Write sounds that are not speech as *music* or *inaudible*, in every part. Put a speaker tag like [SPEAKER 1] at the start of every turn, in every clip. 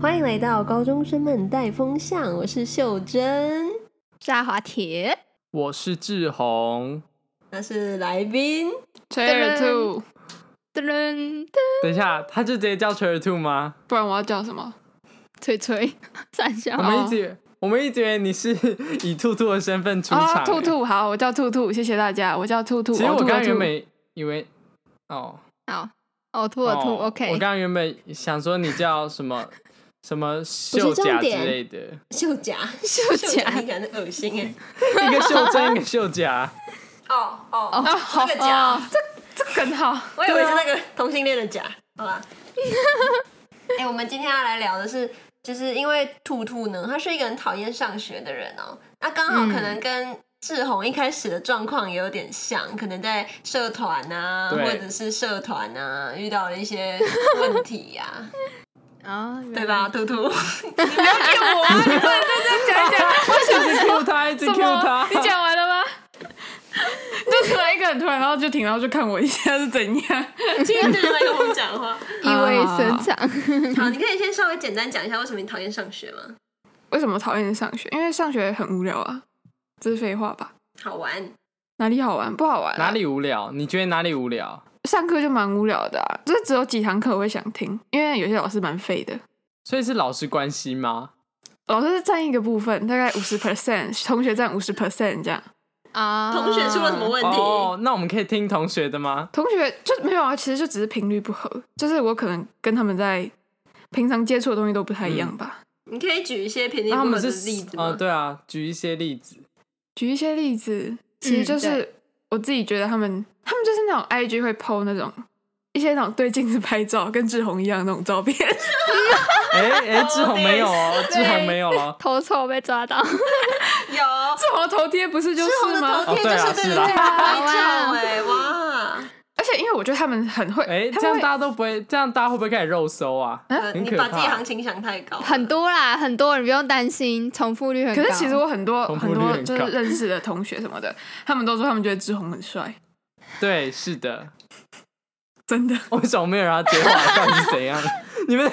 [SPEAKER 1] 欢迎来到高中生们带风向，我是秀珍，
[SPEAKER 2] 下滑铁，
[SPEAKER 3] 我是志宏。
[SPEAKER 1] 那是来宾，
[SPEAKER 4] 吹耳兔，
[SPEAKER 2] 噔噔噔，
[SPEAKER 3] 等一下，他就直接叫 Cherry Two 吗？
[SPEAKER 4] 不然我要叫什么？
[SPEAKER 2] 吹
[SPEAKER 3] *laughs*
[SPEAKER 2] 吹，三
[SPEAKER 3] 我
[SPEAKER 2] 下，
[SPEAKER 3] 们一直以为我们一直以为你是以兔兔的身份出场、
[SPEAKER 4] 啊，兔。兔，好，我叫兔兔，谢谢大家，我叫兔兔。
[SPEAKER 3] 其实我
[SPEAKER 4] 呕吐
[SPEAKER 3] 刚
[SPEAKER 4] 的
[SPEAKER 3] 刚
[SPEAKER 4] 兔
[SPEAKER 3] 原
[SPEAKER 4] *laughs*
[SPEAKER 3] 本以为哦，
[SPEAKER 2] 好，呕吐呕吐
[SPEAKER 3] 哦我
[SPEAKER 2] ，OK，
[SPEAKER 3] 刚刚原本想说你叫什么 *laughs* 什么
[SPEAKER 1] 不
[SPEAKER 3] 秀
[SPEAKER 1] 是重
[SPEAKER 3] 甲之
[SPEAKER 1] 点
[SPEAKER 3] 类的，
[SPEAKER 1] 秀甲，秀
[SPEAKER 2] 甲
[SPEAKER 1] 你感觉恶心哎，
[SPEAKER 3] 一个秀珍，一个秀甲。
[SPEAKER 1] 哦哦
[SPEAKER 4] 啊，好
[SPEAKER 1] 这个假
[SPEAKER 4] 啊，这这很好。
[SPEAKER 1] 我以为是那个同性恋的甲，啊好吧。 *laughs* 哎、我们今天要来聊的是，就是因为兔兔呢，他是一个很讨厌上学的人哦、那刚好可能跟志宏一开始的状况也有点像，可能在社团啊，
[SPEAKER 3] 对
[SPEAKER 1] 或者是社团啊，遇到了一些问题呀、 *laughs*
[SPEAKER 2] 啊，原来
[SPEAKER 1] 对吧？？兔兔，
[SPEAKER 4] 骗我啊！你不能再这样讲 *laughs* 讲，
[SPEAKER 3] 一直 Q 他，一直 Q 他。
[SPEAKER 4] *laughs* 你讲完了吗？就突然一个人突然，然后就停，然后就看我一下是怎样。
[SPEAKER 1] *laughs* 今天对着麦克风讲话。
[SPEAKER 2] 意味深
[SPEAKER 1] 啊
[SPEAKER 2] 长，
[SPEAKER 1] 好，你可以先稍微简单讲一下为什么你讨厌上学吗？
[SPEAKER 4] 为什么讨厌上学？因为上学很无聊啊，这是废话吧？
[SPEAKER 1] 好玩，
[SPEAKER 4] 哪里好玩？不好玩、啊。
[SPEAKER 3] 哪里无聊？你觉得哪里无聊？
[SPEAKER 4] 上课就蛮无聊的啊，就是只有几堂课我会想听，因为有些老师蛮废的。
[SPEAKER 3] 所以是老师关系吗？
[SPEAKER 4] 老师是占一个部分，大概五十 percent，同学占五十 percent 这样。
[SPEAKER 2] 啊，
[SPEAKER 1] 同学出了什么？问题？
[SPEAKER 3] 哦，那我们可以听同学的吗？
[SPEAKER 4] 同学就没有啊，其实就只是频率不合，就是我可能跟他们在平常接触的东西都不太一样吧。
[SPEAKER 1] 你可以举一些偏见
[SPEAKER 3] 那他
[SPEAKER 1] 不合
[SPEAKER 3] 们
[SPEAKER 1] 的
[SPEAKER 3] 是
[SPEAKER 1] 例子
[SPEAKER 3] 哦，
[SPEAKER 1] 吗？
[SPEAKER 3] 对啊，举一些例子。
[SPEAKER 4] 举一些例子，其实
[SPEAKER 1] 嗯
[SPEAKER 4] 就是
[SPEAKER 2] 对
[SPEAKER 4] 我自己觉得他们，他们就是那种 IG 会 PO 那种一些那种对镜子拍照，跟志宏一样那
[SPEAKER 1] *laughs*
[SPEAKER 4] 种照片。
[SPEAKER 3] *laughs* 哎哎，志宏没有哦，
[SPEAKER 2] 对
[SPEAKER 3] 志宏没
[SPEAKER 2] *laughs*
[SPEAKER 3] 有了。
[SPEAKER 2] 头臭被抓到，
[SPEAKER 1] 有，
[SPEAKER 4] 志宏的头贴不是就
[SPEAKER 1] 志宏
[SPEAKER 4] 是
[SPEAKER 1] 的
[SPEAKER 4] 吗？
[SPEAKER 1] 头贴就是对着
[SPEAKER 3] 哦
[SPEAKER 1] 拍
[SPEAKER 3] 对
[SPEAKER 1] 照哎，哇！
[SPEAKER 4] 而且因为我觉得他们很会，
[SPEAKER 3] 哎，
[SPEAKER 4] 他
[SPEAKER 3] 这
[SPEAKER 4] 们
[SPEAKER 3] 样
[SPEAKER 4] 会
[SPEAKER 3] 大家都不会，这样大家会不会开始肉搜啊？
[SPEAKER 1] 呃
[SPEAKER 3] 很
[SPEAKER 1] 你
[SPEAKER 3] 可
[SPEAKER 1] 把自己
[SPEAKER 3] 怕
[SPEAKER 1] 行情想太高了，
[SPEAKER 2] 很多啦，很多，你不用担心，重复率很高。
[SPEAKER 4] 可是其实我很多
[SPEAKER 3] 重复
[SPEAKER 4] 很
[SPEAKER 3] 率
[SPEAKER 4] 多
[SPEAKER 3] 很
[SPEAKER 4] 就是
[SPEAKER 3] 高
[SPEAKER 4] 认识的同学什么的，他们都说他们觉得志宏很帅，
[SPEAKER 3] 对，是的。
[SPEAKER 4] 真的。
[SPEAKER 3] 为什么没有人要接话？到底是怎样？ *laughs* 你们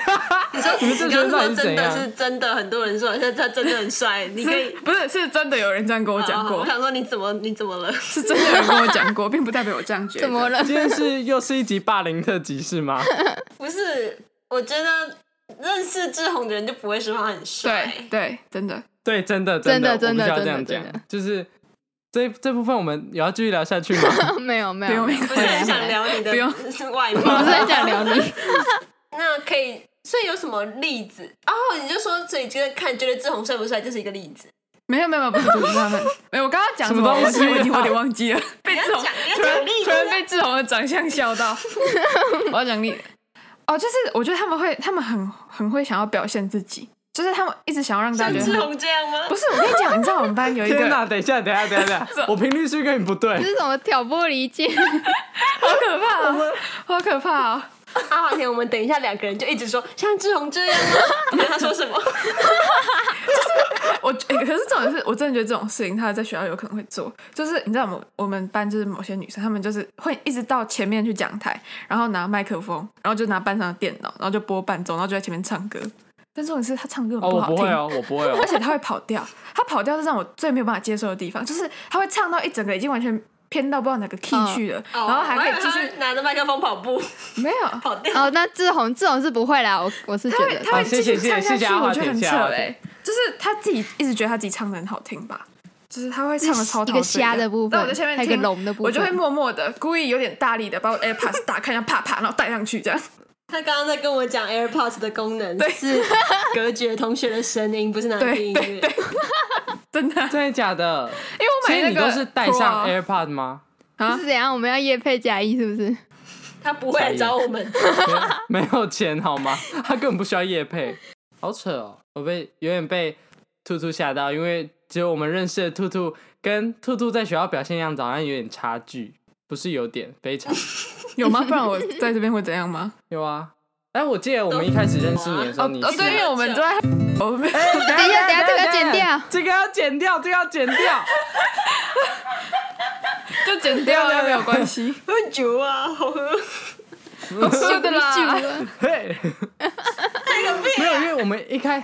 [SPEAKER 1] 你说
[SPEAKER 3] 你们这
[SPEAKER 1] 你
[SPEAKER 3] 群
[SPEAKER 1] 刚
[SPEAKER 3] 人到
[SPEAKER 1] 刚
[SPEAKER 3] 底
[SPEAKER 1] 是说真
[SPEAKER 3] 是怎
[SPEAKER 1] 的
[SPEAKER 3] 样
[SPEAKER 1] 是真的，很多人说他他真的很帅，你可
[SPEAKER 4] 是
[SPEAKER 1] 以
[SPEAKER 3] *laughs*
[SPEAKER 4] 不是是真的有人这样跟我讲
[SPEAKER 1] 哦
[SPEAKER 4] 过
[SPEAKER 1] 我，想说你怎么你怎么了？
[SPEAKER 4] 是真的有人跟我讲过，并不代表我这样觉得。
[SPEAKER 2] 怎么？了？
[SPEAKER 3] 今天是又是一集霸凌特辑是吗？
[SPEAKER 1] *laughs* 不是，我觉得认识志宏的人就不会说他很
[SPEAKER 4] 对
[SPEAKER 1] 帅。
[SPEAKER 4] 对，真的。
[SPEAKER 3] 对，真的
[SPEAKER 2] 真的
[SPEAKER 3] 的，
[SPEAKER 2] 真的
[SPEAKER 3] 我必须要这样
[SPEAKER 2] 真的真的
[SPEAKER 3] 讲，就是这这部分我们也要继续聊下去
[SPEAKER 2] *laughs*
[SPEAKER 3] 吗？
[SPEAKER 2] 没有没
[SPEAKER 4] 不
[SPEAKER 2] 有，
[SPEAKER 4] 用
[SPEAKER 2] 没有
[SPEAKER 4] 不
[SPEAKER 1] 不是
[SPEAKER 4] 是
[SPEAKER 2] 回来
[SPEAKER 1] 很想聊你的
[SPEAKER 4] 不用
[SPEAKER 1] *laughs* 外
[SPEAKER 2] 我不是
[SPEAKER 1] 貌，
[SPEAKER 2] 很想聊你，
[SPEAKER 1] 那可以，所以有什么例子？哦，你就说，所以觉得看觉得志宏帅不帅就是一个例子。
[SPEAKER 4] 没有没有，不是不是他们，没有。我刚刚讲
[SPEAKER 3] 什么
[SPEAKER 4] 么？
[SPEAKER 3] 东
[SPEAKER 4] 我
[SPEAKER 3] 西
[SPEAKER 4] 我已经
[SPEAKER 3] 啊
[SPEAKER 4] 有点忘记了，
[SPEAKER 1] *laughs*
[SPEAKER 4] 被
[SPEAKER 1] 你要
[SPEAKER 4] 志宏
[SPEAKER 1] 讲你要
[SPEAKER 4] 突然
[SPEAKER 1] 讲例子
[SPEAKER 4] 突然被志宏的长相笑到。我要讲你哦，就是我觉得他们会，他们很很会想要表现自己，就是他们一直想要让大
[SPEAKER 1] 像
[SPEAKER 4] 家觉
[SPEAKER 1] 志
[SPEAKER 4] 得他们。
[SPEAKER 1] 宏这样吗？
[SPEAKER 4] 不是，我跟你讲，你知道我们班有一
[SPEAKER 3] 天
[SPEAKER 4] 个
[SPEAKER 3] 哎哪！等一下，等一下，等一下，等一下我频率是不是跟你不
[SPEAKER 2] 这 *laughs*
[SPEAKER 3] 对？
[SPEAKER 2] 是什么挑拨离
[SPEAKER 4] *laughs*
[SPEAKER 2] 间？
[SPEAKER 4] 好可怕、哦，好可怕、哦！
[SPEAKER 1] 阿华田，我们等一下两个人就一直说像志宏这样 *laughs* 吗？你跟他说什么？
[SPEAKER 4] *laughs* 我、欸可是这种是我真的觉得这种事情，他在学校有可能会做。就是你知道我们我们班就是某些女生，她们就是会一直到前面去讲台，然后拿麦克风，然后就拿班上的电脑，然后就播伴奏，然后就在前面唱歌。但重点是她唱歌很
[SPEAKER 3] 哦，
[SPEAKER 4] 不
[SPEAKER 3] 我
[SPEAKER 4] 好
[SPEAKER 3] 不
[SPEAKER 4] 听，
[SPEAKER 3] 会哦，我不会哦
[SPEAKER 4] 而。且她会跑调，她跑调是让我最没有办法接受的地方，就是她会唱到一整个已经完全偏到不知道哪个 key 去了，然后还可以继
[SPEAKER 1] 哦我以为 *laughs*
[SPEAKER 4] 续
[SPEAKER 1] 他拿着麦克风跑步
[SPEAKER 4] 没有。
[SPEAKER 1] 跑掉。
[SPEAKER 2] 哦，那志宏志宏是不会啦，我我是觉
[SPEAKER 4] 他会
[SPEAKER 2] 得
[SPEAKER 4] 他
[SPEAKER 3] 好
[SPEAKER 4] 会继续
[SPEAKER 3] 哦谢谢
[SPEAKER 4] 唱下
[SPEAKER 3] 谢
[SPEAKER 4] 去，
[SPEAKER 3] 谢阿华
[SPEAKER 4] 我觉得
[SPEAKER 3] 田
[SPEAKER 4] 很
[SPEAKER 3] 谢
[SPEAKER 4] 扯
[SPEAKER 3] 谢阿华
[SPEAKER 4] 哎、
[SPEAKER 3] 田
[SPEAKER 4] 就是他自己一直觉得他自己唱的很好听吧，就是他会唱的超陶醉
[SPEAKER 2] 一个瞎的部分
[SPEAKER 4] 但我在下面
[SPEAKER 2] 还有
[SPEAKER 4] 听
[SPEAKER 2] 一个聋的部分
[SPEAKER 4] 我就会默默的故意有点大力的把我 AirPods 打开，然后啪啪，然后戴上去这样。
[SPEAKER 1] 他刚刚在跟我讲 AirPods 的功能，
[SPEAKER 4] 对
[SPEAKER 1] 是隔绝同学的声音，不是拿来听音乐。
[SPEAKER 4] 真的啊，
[SPEAKER 3] 真的假的？
[SPEAKER 4] 因为我
[SPEAKER 3] 所
[SPEAKER 4] 买
[SPEAKER 3] 以
[SPEAKER 4] 那
[SPEAKER 3] 你都
[SPEAKER 4] 个
[SPEAKER 3] 是带上
[SPEAKER 4] Pro 啊
[SPEAKER 3] AirPod 吗？
[SPEAKER 4] 啊
[SPEAKER 2] 是怎样？我们要夜配加一是不是？
[SPEAKER 1] 他不会来找我们。
[SPEAKER 3] *laughs* 没没有钱好吗？他根本不需要夜配，好扯哦！我被有点被兔兔吓到，因为只有我们认识的兔兔跟兔兔在学校表现样子好像有点差距，不是有点，非常
[SPEAKER 4] 有吗？不然我在这边会怎样吗？
[SPEAKER 3] 有啊。哎，我记得我们一开始认识你的时候，
[SPEAKER 4] 哦哦，
[SPEAKER 3] 你是哎
[SPEAKER 4] 对，因为我们都在，我们
[SPEAKER 2] 等一下，等一下，这个剪掉。
[SPEAKER 3] 这个要剪掉，这个要剪掉。
[SPEAKER 4] 就剪掉了，没有关系，
[SPEAKER 1] 喝酒啊，好喝。
[SPEAKER 3] *laughs*
[SPEAKER 4] 是的啦。
[SPEAKER 2] 记住了
[SPEAKER 3] 嘿，没有有，因为我们一开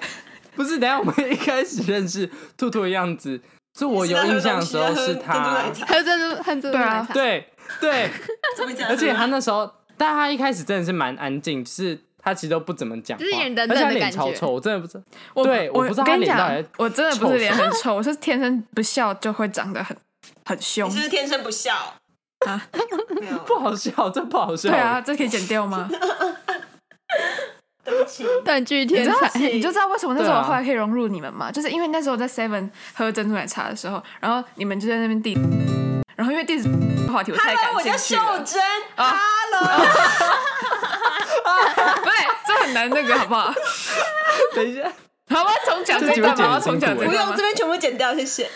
[SPEAKER 3] 不是，等一下我们一开始认识兔兔的样子，是我有印象的时
[SPEAKER 1] 啊
[SPEAKER 3] 候是他，
[SPEAKER 2] 喝珍珠，喝珍珠
[SPEAKER 4] 对啊
[SPEAKER 2] 奶茶，
[SPEAKER 3] 对对，而
[SPEAKER 1] 而
[SPEAKER 3] 且
[SPEAKER 2] 嗯
[SPEAKER 3] 他那时候，但他一开始真的是蛮安静，就是他其实都不怎么讲话，
[SPEAKER 2] 就是有点冷
[SPEAKER 3] 而且他
[SPEAKER 2] 冷的感
[SPEAKER 3] 脸
[SPEAKER 2] 觉
[SPEAKER 3] 超臭，我真的不知道。
[SPEAKER 4] 我
[SPEAKER 3] 对
[SPEAKER 4] 我
[SPEAKER 3] 我不知道他
[SPEAKER 4] 跟你
[SPEAKER 3] 脸到
[SPEAKER 4] 讲
[SPEAKER 3] 底，
[SPEAKER 4] 我真的不
[SPEAKER 3] 臭
[SPEAKER 4] 是脸很臭，我是天生不笑就会长得很很凶
[SPEAKER 1] 啊你。是不是天生不笑
[SPEAKER 4] 啊？
[SPEAKER 1] 没有，
[SPEAKER 3] 不好笑，这不好笑。
[SPEAKER 4] 对啊，，这可以剪掉吗？
[SPEAKER 1] 对不起，
[SPEAKER 2] 断句
[SPEAKER 4] 你
[SPEAKER 2] 天
[SPEAKER 4] 知道
[SPEAKER 2] 才，
[SPEAKER 4] 你就知道为什么那时
[SPEAKER 3] 对
[SPEAKER 4] 候
[SPEAKER 3] 啊
[SPEAKER 4] 我后来可以融入你们吗？就是因为那时候我在 Seven 喝珍珠奶茶的时候，然后你们就在那边递，然后因为递话题我太
[SPEAKER 1] 哎 Hello，我叫
[SPEAKER 4] 感
[SPEAKER 1] 秀
[SPEAKER 4] 兴趣了，
[SPEAKER 1] 珍。Hello，啊 *laughs*
[SPEAKER 4] 不对，这很难那个好不好？
[SPEAKER 3] *laughs* 等一下，
[SPEAKER 4] 好，我要重讲
[SPEAKER 3] 这
[SPEAKER 4] 这
[SPEAKER 3] 集
[SPEAKER 4] 一
[SPEAKER 3] 会
[SPEAKER 4] 段
[SPEAKER 3] 剪得
[SPEAKER 4] 吗？我要重讲
[SPEAKER 3] 辛苦
[SPEAKER 1] 不
[SPEAKER 4] 这一段
[SPEAKER 1] 用，
[SPEAKER 4] 吗
[SPEAKER 1] 这？边全部剪掉，谢谢。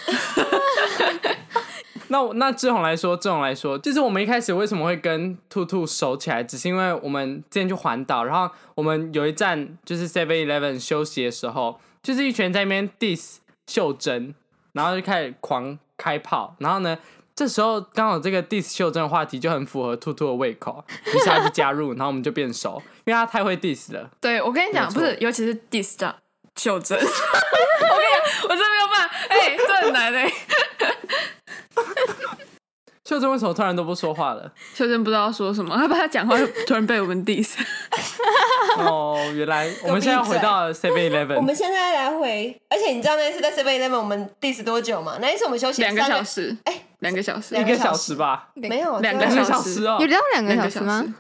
[SPEAKER 3] 那我那志宏来说，志宏来说，就是我们一开始为什么会跟兔兔熟起来，只是因为我们之前去环岛，然后我们有一站就是 Seven Eleven 休息的时候，就是一群人在那边 diss 袖珍，然后就开始狂开炮，然后呢，这时候刚好这个 diss 袖珍的话题就很符合兔兔的胃口，于是他就加入，然后我们就变熟，因为他太会 diss 了。
[SPEAKER 4] 对，我跟你讲，
[SPEAKER 3] 没
[SPEAKER 4] 不
[SPEAKER 3] 错
[SPEAKER 4] 是，尤其是 diss 这样袖珍， *laughs* 我跟你讲，我真没有办法，哎，这很难哎。
[SPEAKER 3] 袖珍为什么突然都不说话了？
[SPEAKER 4] 秀珍不知道说什么，他怕他讲话就突然被我们 diss。
[SPEAKER 3] 哦，原来我们现在回到 Seven
[SPEAKER 1] 我
[SPEAKER 3] Eleven，
[SPEAKER 1] 们现在来回，而且你知道那一次在 Seven Eleven 我们 diss 多久吗？那一次我们休息
[SPEAKER 4] 两个
[SPEAKER 1] 三
[SPEAKER 4] 小，时，
[SPEAKER 1] 哎，
[SPEAKER 4] 两个小时，
[SPEAKER 3] 一个小时吧，
[SPEAKER 1] 没有
[SPEAKER 4] 两
[SPEAKER 1] 对
[SPEAKER 4] 个
[SPEAKER 3] 两个
[SPEAKER 4] 小
[SPEAKER 3] 小
[SPEAKER 4] 时
[SPEAKER 3] 时哦，
[SPEAKER 2] 有聊两个
[SPEAKER 4] 两
[SPEAKER 2] 小
[SPEAKER 4] 个
[SPEAKER 2] 时
[SPEAKER 4] 小
[SPEAKER 2] 吗
[SPEAKER 4] 时？。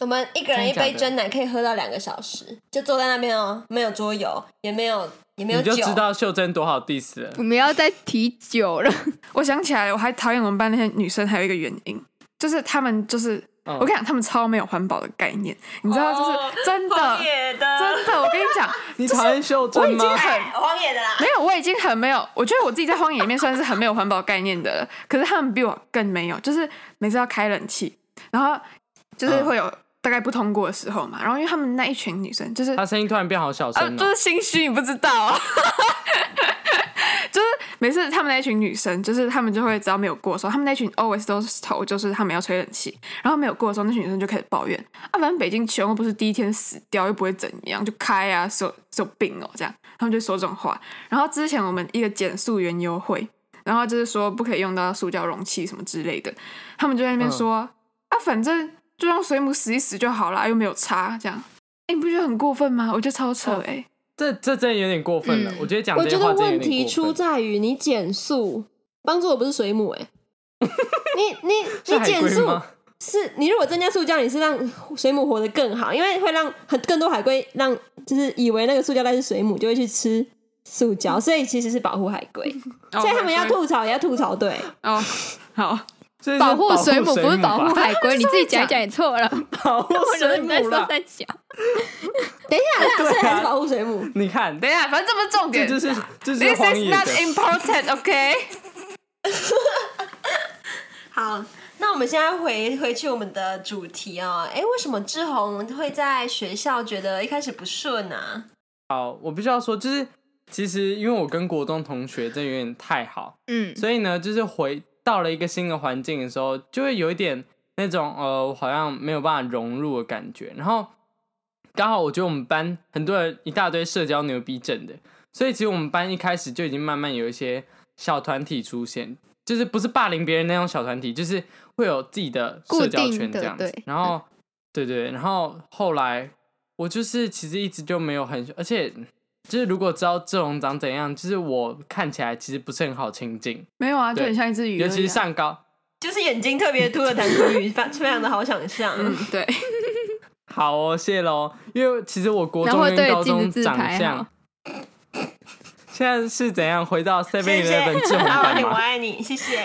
[SPEAKER 1] 我们一个人一杯
[SPEAKER 3] 真的假的
[SPEAKER 1] 真奶可以喝到两个小时，就坐在那边哦，没有桌游，也没有也没有
[SPEAKER 3] 你就
[SPEAKER 1] 酒，
[SPEAKER 3] 知道秀珍多好 diss 了
[SPEAKER 2] 我。们要再提酒
[SPEAKER 3] *laughs*
[SPEAKER 2] 了，
[SPEAKER 4] 我想起来，我还讨厌我们班那些女生，还有一个原因，就是她们就是，
[SPEAKER 3] 嗯
[SPEAKER 4] 我跟你讲，她们超没有环保的概念，你知道，就是、
[SPEAKER 1] 哦
[SPEAKER 4] 真的，
[SPEAKER 1] 荒野的，
[SPEAKER 4] 真的，我跟你讲，
[SPEAKER 3] 你讨厌秀珍吗？
[SPEAKER 1] 哎荒野的啦。
[SPEAKER 4] 没有，我已经很没有，我觉得我自己在荒野里面算是很没有环保概念的了，可是他们比我更没有，就是每次要开冷气，然后就是会有大概不通过的时候嘛，然后因为他们那一群女生就是
[SPEAKER 3] *laughs* 她声音突然变好小
[SPEAKER 4] 啊，
[SPEAKER 3] 声
[SPEAKER 4] 就
[SPEAKER 3] 哦。
[SPEAKER 4] 是心虚，你不知道、 *laughs* 啊。就是每次他们那一群女生，就是他们就会只要没有过的时候，他们那群 always 都是头，就是他们要吹冷气，然后没有过的时候，那群女生就开始抱怨啊，反正北京穷又不是第一天死掉，又不会怎样，就开啊，是有是有病哦，这样他们就说这种话。然后之前我们一个减速员优惠，然后就是说不可以用到塑胶容器什么之类的，他们就在那
[SPEAKER 3] 嗯
[SPEAKER 4] 边说、啊，反正就让水母死一死就好啦，又没有差这样。哎、你不觉得很过分吗？我觉得超扯
[SPEAKER 3] 哦
[SPEAKER 4] 哎、
[SPEAKER 3] 这这真的有点过分了
[SPEAKER 2] 嗯，
[SPEAKER 3] 我觉得讲
[SPEAKER 1] 我
[SPEAKER 3] 这些
[SPEAKER 1] 觉
[SPEAKER 3] 话
[SPEAKER 1] 得
[SPEAKER 3] 真的有
[SPEAKER 1] 问
[SPEAKER 3] 点
[SPEAKER 1] 题
[SPEAKER 3] 过
[SPEAKER 1] 出
[SPEAKER 3] 分。
[SPEAKER 1] 在于你减速，帮助我不是水母哎、你你
[SPEAKER 3] *laughs* 是
[SPEAKER 1] 你
[SPEAKER 3] 海
[SPEAKER 1] 减
[SPEAKER 3] 龟
[SPEAKER 1] 速
[SPEAKER 3] 吗？
[SPEAKER 1] 是你如果增加塑胶，你是让水母活得更好，因为会让很更多海龟让就是以为那个塑胶袋是水母，就会去吃塑胶，所以其实是保护海
[SPEAKER 3] *laughs*
[SPEAKER 1] 龟，
[SPEAKER 3] 哦
[SPEAKER 1] 所以他们要吐槽也要吐槽对，
[SPEAKER 4] 哦，好，
[SPEAKER 3] 所以是
[SPEAKER 2] 保护水母不是保护 *laughs*
[SPEAKER 3] *laughs* 吧
[SPEAKER 2] 海龟，你自己讲一讲也错了。
[SPEAKER 3] 保护
[SPEAKER 2] 我觉得
[SPEAKER 3] 水
[SPEAKER 2] 你在
[SPEAKER 3] 母
[SPEAKER 2] 说
[SPEAKER 3] 了。
[SPEAKER 2] 在讲，
[SPEAKER 1] 等一下，
[SPEAKER 3] 对啊
[SPEAKER 1] 所以还是保护水母。
[SPEAKER 3] 你看，
[SPEAKER 4] *laughs* 等一下，反正这不是重
[SPEAKER 3] 这
[SPEAKER 4] 点。
[SPEAKER 3] 就是这就是
[SPEAKER 4] This
[SPEAKER 3] 荒
[SPEAKER 4] is
[SPEAKER 3] 野的
[SPEAKER 4] not。important,
[SPEAKER 3] *laughs*
[SPEAKER 4] OK？
[SPEAKER 1] *laughs* 好，那我们现在回回去我们的主题哦，哎，为什么志宏会在学校觉得一开始不顺啊？
[SPEAKER 3] 好，我必须要说，就是其实因为我跟国中同学真的有点太好，
[SPEAKER 2] 嗯，
[SPEAKER 3] 所以呢，就是回到了一个新的环境的时候，就会有一点那种呃，我好像没有办法融入的感觉。然后刚好我觉得我们班很多人一大堆社交牛逼症的，所以其实我们班一开始就已经慢慢有一些小团体出现，就是不是霸凌别人那种小团体，就是会有自己的社交
[SPEAKER 2] 固定
[SPEAKER 3] 圈
[SPEAKER 2] 的
[SPEAKER 3] 这样子
[SPEAKER 2] 对。
[SPEAKER 3] 然后，对对，然后后来我就是其实一直就没有很，而且就是如果知道志龙长怎样，就是我看起来其实不是很好亲近，
[SPEAKER 4] 没有啊，就
[SPEAKER 3] 对
[SPEAKER 4] 很像一只鱼而已啊。
[SPEAKER 3] 尤其是上高。
[SPEAKER 1] 就是眼睛特别凸的弹涂鱼， *laughs* 非常的好想象。
[SPEAKER 4] 嗯，对，
[SPEAKER 3] 好哦，谢喽。因为其实我国中
[SPEAKER 2] 然后
[SPEAKER 3] 跟
[SPEAKER 2] 对
[SPEAKER 3] 高中
[SPEAKER 2] 镜子自
[SPEAKER 3] 长
[SPEAKER 2] 拍
[SPEAKER 3] 相
[SPEAKER 2] 好，
[SPEAKER 3] *laughs* 现在是怎样回到 Seven
[SPEAKER 1] 谢谢，*laughs*
[SPEAKER 3] Eleven 志宏干
[SPEAKER 1] 我
[SPEAKER 3] 嘛？
[SPEAKER 1] 爱你，谢
[SPEAKER 3] *laughs*
[SPEAKER 1] 谢。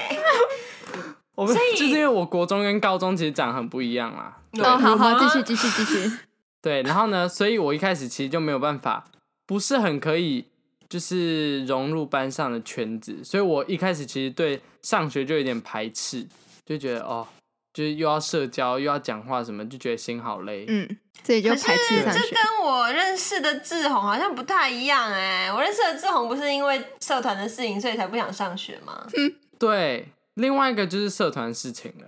[SPEAKER 3] 我们
[SPEAKER 1] 所以
[SPEAKER 3] 就是因为我国中跟高中其实长很不一样啦。对
[SPEAKER 2] 哦，好
[SPEAKER 1] 有吗
[SPEAKER 2] 好，继续继续继续，
[SPEAKER 3] *laughs* 对，然后呢，所以我一开始其实就没有办法，不是很可以，就是融入班上的圈子，所以我一开始其实对上学就有点排斥，就觉得哦，就是又要社交又要讲话什么，就觉得心好累。
[SPEAKER 2] 嗯，所以就
[SPEAKER 1] 可是
[SPEAKER 2] 排斥上
[SPEAKER 1] 这
[SPEAKER 2] 学。
[SPEAKER 1] 跟我认识的志宏好像不太一样哎、我认识的志宏不是因为社团的事情，所以才不想上学吗？
[SPEAKER 3] 对，另外一个就是社团事情了。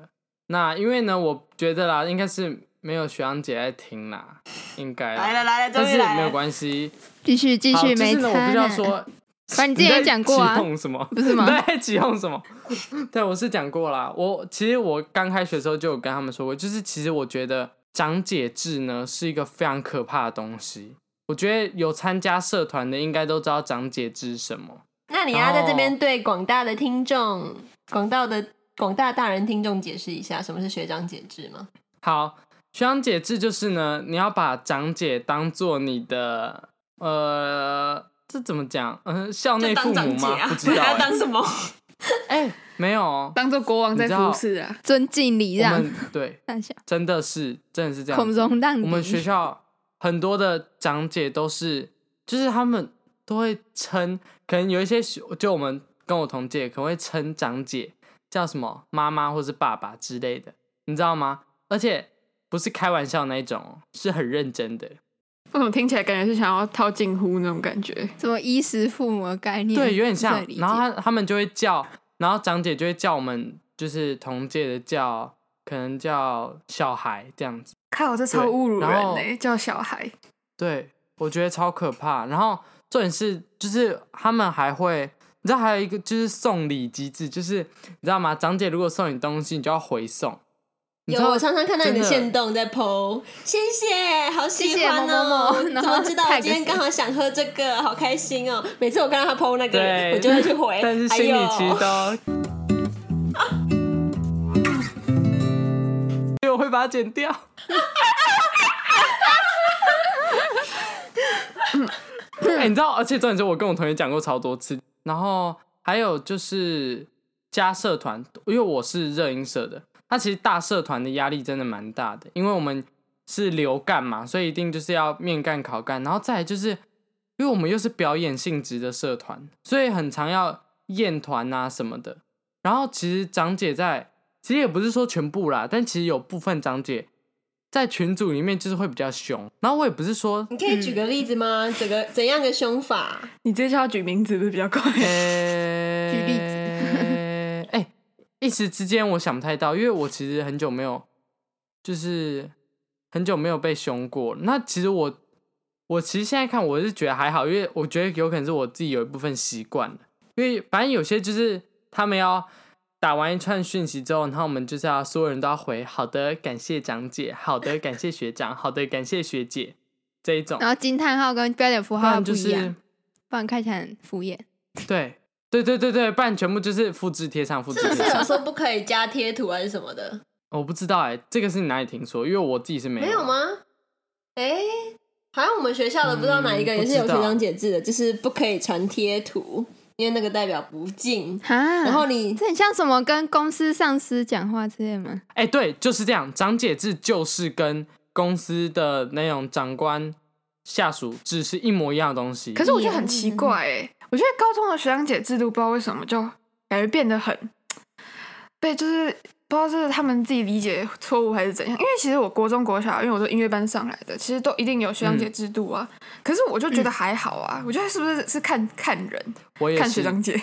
[SPEAKER 3] 那因为呢，我觉得啦，应该是没有学长姐在听啦，应该
[SPEAKER 1] 来
[SPEAKER 3] 啦，
[SPEAKER 1] 了来了，
[SPEAKER 3] 哎但
[SPEAKER 1] 终于
[SPEAKER 3] 是
[SPEAKER 1] 来
[SPEAKER 3] 没有
[SPEAKER 1] 了。
[SPEAKER 3] 关系。
[SPEAKER 2] 继续继
[SPEAKER 3] 好，
[SPEAKER 2] 续，
[SPEAKER 3] 就是
[SPEAKER 2] 没
[SPEAKER 3] 呢，
[SPEAKER 2] 差
[SPEAKER 3] 我必须要
[SPEAKER 2] 呢
[SPEAKER 3] 说，
[SPEAKER 2] *laughs* 反正你之前讲过啊
[SPEAKER 3] 你在起哄什么？
[SPEAKER 2] 不是吗
[SPEAKER 3] *laughs* 你在起哄什么？对，我是讲过啦。我其实我刚开学的时候就有跟他们说过，就是其实我觉得长姐制呢是一个非常可怕的东西。我觉得有参加社团的应该都知道长姐制是什么。
[SPEAKER 1] 那你要在这边对广大的听众、广大的广大大人听众解释一下，什么是学长姐制吗？
[SPEAKER 3] 好，学长姐制就是呢，你要把长姐当做你的呃，这怎么讲？嗯、校内父母吗？
[SPEAKER 1] *laughs*
[SPEAKER 3] 不知道、
[SPEAKER 1] 还
[SPEAKER 3] 欸
[SPEAKER 1] 要啊当什么？
[SPEAKER 3] 没有哦，
[SPEAKER 4] 当做国王在服侍啊。
[SPEAKER 2] 尊敬礼
[SPEAKER 3] 我
[SPEAKER 2] 让
[SPEAKER 3] 们对，
[SPEAKER 2] 大小，
[SPEAKER 3] 真的是真的是这样
[SPEAKER 2] 孔
[SPEAKER 3] 子。
[SPEAKER 2] 融让梨。
[SPEAKER 3] 我们学校很多的长姐都是，就是他们都会称，可能有一些学就我们跟我同届，可能会称长姐叫什么妈妈或是爸爸之类的，你知道吗？而且不是开玩笑那一种哦，是很认真的。
[SPEAKER 4] 为什么听起来感觉是想要套近乎那种感觉？
[SPEAKER 2] 什么衣食父母的概念，
[SPEAKER 3] 对，有点
[SPEAKER 2] 嗯不
[SPEAKER 3] 像
[SPEAKER 2] 太。理
[SPEAKER 3] 然后
[SPEAKER 2] 解
[SPEAKER 3] 他他们就会叫，然后长姐就会叫我们，就是同届的叫，可能叫小孩这样子。
[SPEAKER 4] 靠，这超
[SPEAKER 3] 对
[SPEAKER 4] 侮辱人
[SPEAKER 3] 然后
[SPEAKER 4] 呢、叫小孩，
[SPEAKER 3] 对，我觉得超可怕。然后重点是，就是他们还会，你知道还有一个就是送礼机制，就是你知道吗？长姐如果送你东西，你就要回送。你
[SPEAKER 1] 有，
[SPEAKER 3] 知道
[SPEAKER 1] 我常常看到你
[SPEAKER 3] 真
[SPEAKER 1] 的
[SPEAKER 3] 的
[SPEAKER 1] 限动在 PO，谢谢，好喜欢哦！
[SPEAKER 2] 谢谢某某某然
[SPEAKER 1] 怎
[SPEAKER 2] 后
[SPEAKER 1] 么知道我
[SPEAKER 2] tag
[SPEAKER 1] 今天
[SPEAKER 2] 谁
[SPEAKER 1] 刚好想喝这个，好开心哦！每次我看到他 PO 那个，
[SPEAKER 3] 对，
[SPEAKER 1] 我就会去回，
[SPEAKER 3] *laughs* 但是
[SPEAKER 1] 哎
[SPEAKER 3] 心里
[SPEAKER 1] 呦
[SPEAKER 3] 其实都。所以我会把它剪
[SPEAKER 1] *laughs*
[SPEAKER 3] 掉。哎，你知道，而且重点是我跟我同学讲过超多次，然后还有就是加社团，因为我是热音社的，那其实大社团的压力真的蛮大的，因为我们是流干嘛，所以一定就是要面干考干，然后再来就是因为我们又是表演性质的社团，所以很常要验团啊什么的。然后其实长姐在，其实也不是说全部啦，但其实有部分长姐在群组里面就是会比较凶。然后我也不是说，
[SPEAKER 1] *laughs* 你可以举个例子吗？整个怎样的凶法？
[SPEAKER 4] 你直接叫他举名字不是比较快？
[SPEAKER 2] *laughs*
[SPEAKER 3] 呃、
[SPEAKER 2] 举例
[SPEAKER 3] 子，哎、一时之间我想不太到，因为我其实很久没有，就是很久没有被凶过。那其实我，我其实现在看我是觉得还好，因为我觉得有可能是我自己有一部分习惯了，因为反正有些就是他们要。打完一串讯息之后，然后我们就是要所有人都要回好的，感谢长姐，好的，感谢学长，好的，感谢学姐这
[SPEAKER 2] *laughs*
[SPEAKER 3] 一种，
[SPEAKER 2] 然后惊叹号跟标点符
[SPEAKER 3] 不
[SPEAKER 2] 号
[SPEAKER 3] 然
[SPEAKER 2] 不
[SPEAKER 3] 就
[SPEAKER 2] 一样，
[SPEAKER 3] 是
[SPEAKER 2] 不然看起来很敷衍。
[SPEAKER 3] 对对对对对，不然全部就是复制贴上，复制
[SPEAKER 1] 是不
[SPEAKER 3] 贴
[SPEAKER 1] 是有
[SPEAKER 3] 上。
[SPEAKER 1] 说不可以加贴图还是什么的？
[SPEAKER 3] 我不知道哎、这个是你哪里听说？因为我自己是没有。
[SPEAKER 1] 没有？吗？哎、好像我们学校的不知道哪一个
[SPEAKER 3] 嗯
[SPEAKER 1] 也是有
[SPEAKER 3] 不
[SPEAKER 1] 学
[SPEAKER 3] 知道
[SPEAKER 1] 长姐制的，就是不可以传贴图，因为那个代表不敬。
[SPEAKER 2] 哈，
[SPEAKER 1] 然后你
[SPEAKER 2] 这很像什么跟公司上司讲话之类吗？
[SPEAKER 3] 哎、对，就是这样。长姐制就是跟公司的那种长官、下属制是一模一样的东西。
[SPEAKER 4] *laughs* 可是我觉得很奇怪哎、我觉得高中的学长姐制度不知道为什么就感觉变得很被，就是不知道是他们自己理解错误还是怎样。因为其实我国中国小，因为我都音乐班上来的，其实都一定有学长姐制度啊。可是我就觉得还好啊，我觉得是不是是看看人，
[SPEAKER 3] 我也
[SPEAKER 4] 看学
[SPEAKER 3] 是
[SPEAKER 4] 长姐，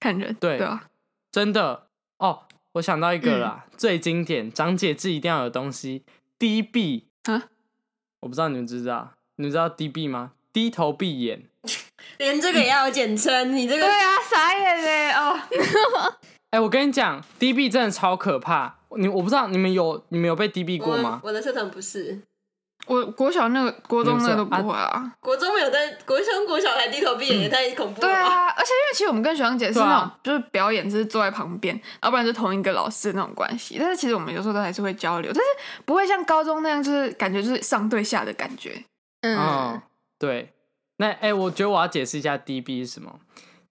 [SPEAKER 4] 看人，
[SPEAKER 3] 对
[SPEAKER 4] 对啊，
[SPEAKER 3] 真的哦，我想到一个啦，
[SPEAKER 1] 嗯
[SPEAKER 3] 最经典长姐制一定要有的东西低币
[SPEAKER 4] 啊，
[SPEAKER 3] 我不知道你们知不知道，你们知道低币吗？低头闭眼，
[SPEAKER 1] 连这个也要有简称，你这
[SPEAKER 4] 对啊，傻眼嘞哦，
[SPEAKER 3] 哎、我跟你讲，D B 真的超可怕。你我不知道你们有你们有被 D B 过
[SPEAKER 1] 我
[SPEAKER 3] 吗？
[SPEAKER 1] 我的社团不是。
[SPEAKER 4] 我国小那个国中那个都不会啊
[SPEAKER 1] 国中有在国中国小还低头闭眼，也太恐怖了
[SPEAKER 4] 对
[SPEAKER 1] 吧。
[SPEAKER 4] 啊，而且因为其实我们跟学长姐是
[SPEAKER 3] 对啊
[SPEAKER 4] 那种，就是表演就是坐在旁边，要不然就同一个老师的那种关系。但是其实我们有时候都还是会交流，但是不会像高中那样，就是感觉就是上对下的感觉。
[SPEAKER 2] 嗯，
[SPEAKER 3] 嗯，对。那哎、我觉得我要解释一下 D B 是什么。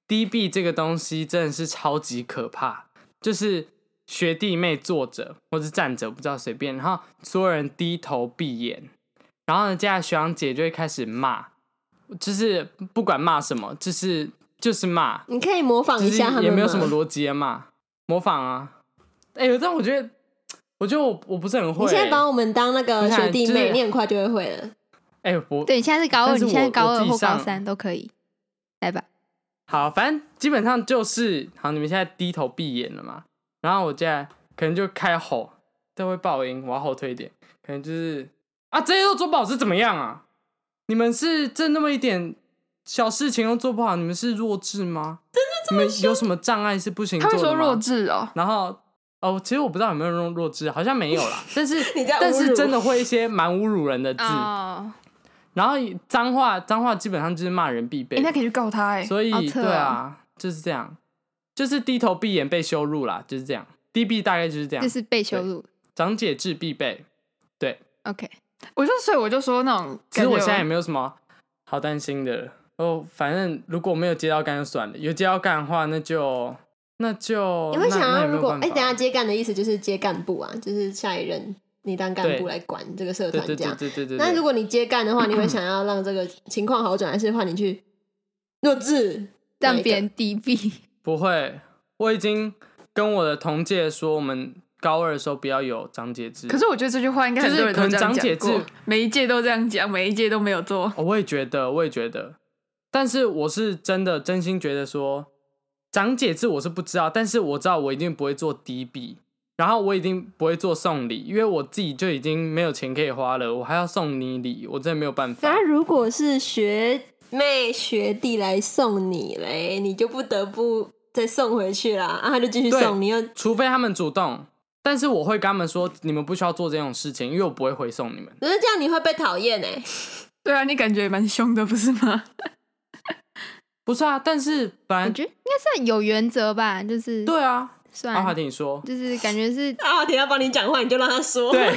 [SPEAKER 3] D B 这个东西真的是超级可怕，就是学弟妹坐着或是站着，不知道随便，然后所有人低头闭眼，然后呢，接下来学长姐就会开始骂，就是不管骂什么，就是就是骂，
[SPEAKER 1] 你可以模仿
[SPEAKER 3] 就
[SPEAKER 1] 一
[SPEAKER 3] 是
[SPEAKER 1] 下他们吗
[SPEAKER 3] 也没有什么逻辑的嘛，模仿啊。哎、但我觉得，我觉得我我不是很会、
[SPEAKER 1] 你现在把
[SPEAKER 3] 欸。
[SPEAKER 1] 我们当那个学弟
[SPEAKER 3] 我看就
[SPEAKER 1] 妹，
[SPEAKER 3] 是
[SPEAKER 1] 你很快就会会了。
[SPEAKER 3] 哎、我
[SPEAKER 2] 对你现在是高二，
[SPEAKER 3] 但是
[SPEAKER 2] 你现在
[SPEAKER 3] 我
[SPEAKER 2] 高
[SPEAKER 3] 我
[SPEAKER 2] 二
[SPEAKER 3] 自己
[SPEAKER 2] 或高
[SPEAKER 3] 上
[SPEAKER 2] 三都可以，来吧。
[SPEAKER 3] 好，反正基本上就是好，你们现在低头闭眼了嘛，然后我接下来可能就开吼，这会爆音，我要后退一点，可能就是啊，这些都做不好是怎么样啊？你们是这那么一点小事情都做不好，你们是弱智吗？真的你们有什么障碍是不行
[SPEAKER 4] 他
[SPEAKER 3] 做
[SPEAKER 4] 会说
[SPEAKER 3] 的
[SPEAKER 4] 弱
[SPEAKER 3] 吗？
[SPEAKER 4] 智哦，
[SPEAKER 3] 然后哦，其实我不知道有没有用弱智，好像没有
[SPEAKER 1] *laughs*
[SPEAKER 3] 啦。但是
[SPEAKER 1] 你在
[SPEAKER 3] 但
[SPEAKER 1] 侮辱
[SPEAKER 3] 是真的会一些蛮侮辱人的字，
[SPEAKER 2] 哦，
[SPEAKER 3] 然后脏话脏话基本上就是骂人必备
[SPEAKER 4] 应，该可以去告他哎。
[SPEAKER 3] 所以
[SPEAKER 2] 好扯哦
[SPEAKER 3] 对啊，就是这样，就是低头闭眼被羞辱啦，就是这样。低 B 大概就是这样，
[SPEAKER 2] 就是被羞辱。
[SPEAKER 3] 长姐制必备。
[SPEAKER 2] OK，
[SPEAKER 4] 我就所以我就说那种，
[SPEAKER 3] 其实我现在也没有什么好担心的哦，反正如果没有接到干就算了，有接到干的话那就那就
[SPEAKER 1] 你会
[SPEAKER 3] 那
[SPEAKER 1] 想
[SPEAKER 3] 那
[SPEAKER 1] 要
[SPEAKER 3] 也没有
[SPEAKER 1] 如果
[SPEAKER 3] 办
[SPEAKER 1] 哎，
[SPEAKER 3] 法
[SPEAKER 1] 等一下接干的意思就是接干部啊，就是下一任你当干部来管这个社
[SPEAKER 3] 对
[SPEAKER 1] 团
[SPEAKER 3] 对
[SPEAKER 1] 这
[SPEAKER 3] 对
[SPEAKER 1] 样。
[SPEAKER 3] 对对对，
[SPEAKER 1] 那
[SPEAKER 3] 对
[SPEAKER 1] 如果你接干的话，你会想要让这个情况好转，还是换你去弱智？哪
[SPEAKER 2] 让
[SPEAKER 1] 一个
[SPEAKER 2] 别人 *laughs* 低
[SPEAKER 3] *laughs*
[SPEAKER 2] B，
[SPEAKER 3] 不会，我已经跟我的同届说，我们高二的时候不要有长姐制。
[SPEAKER 4] 可是我觉得这句话应该
[SPEAKER 3] 就
[SPEAKER 4] 很
[SPEAKER 3] 是
[SPEAKER 4] 多人都这
[SPEAKER 3] 可能
[SPEAKER 4] 样
[SPEAKER 3] 长姐
[SPEAKER 4] 讲过
[SPEAKER 3] 制，
[SPEAKER 4] 每一届都这样讲，每一届都没有做。
[SPEAKER 3] 哦我也觉得，我也觉得，但是我是真的真心觉得说，长姐制我是不知道，但是我知道我一定不会做低 B，然后我一定不会做送礼，因为我自己就已经没有钱可以花了，我还要送你礼，我真的没有办法
[SPEAKER 1] 那。如果是学妹学弟来送你嘞，你就不得不再送回去啦，啊，他就继续
[SPEAKER 3] 对
[SPEAKER 1] 送你又。
[SPEAKER 3] 除非他们主动，但是我会跟他们说，你们不需要做这种事情，因为我不会回送你们。
[SPEAKER 1] 可是这样你会被讨厌哎，
[SPEAKER 4] 对啊，你感觉也蛮凶的，不是吗？
[SPEAKER 3] 不是啊，但是本
[SPEAKER 2] 我
[SPEAKER 3] 来
[SPEAKER 2] 觉得应该算有原则吧，就是
[SPEAKER 3] 对啊，
[SPEAKER 2] 算
[SPEAKER 3] 阿华庭你说，
[SPEAKER 2] 就是感觉是
[SPEAKER 1] 啊，我等一下帮你讲话，你就让他说。
[SPEAKER 3] 对。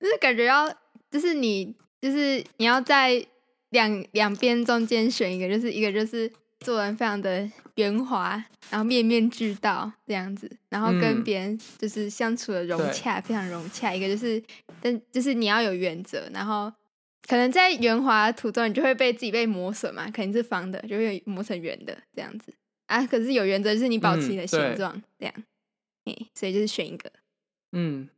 [SPEAKER 2] 就是感觉要，就是你，就是你要在两两边中间选一个，就是一个就是做人非常的圆滑，然后面面俱到这样子，然后跟
[SPEAKER 3] 嗯
[SPEAKER 2] 别人就是相处的融
[SPEAKER 3] 对
[SPEAKER 2] 洽，非常融洽。一个就是，但就是你要有原则，然后可能在圆滑的途中，你就会被自己被磨损嘛，肯定是方的，就会磨成圆的这样子啊。可是有原则，就是你保持
[SPEAKER 3] 嗯
[SPEAKER 2] 你的
[SPEAKER 3] 对
[SPEAKER 2] 现状、这样，嘿，所以就是选一个，
[SPEAKER 3] 嗯，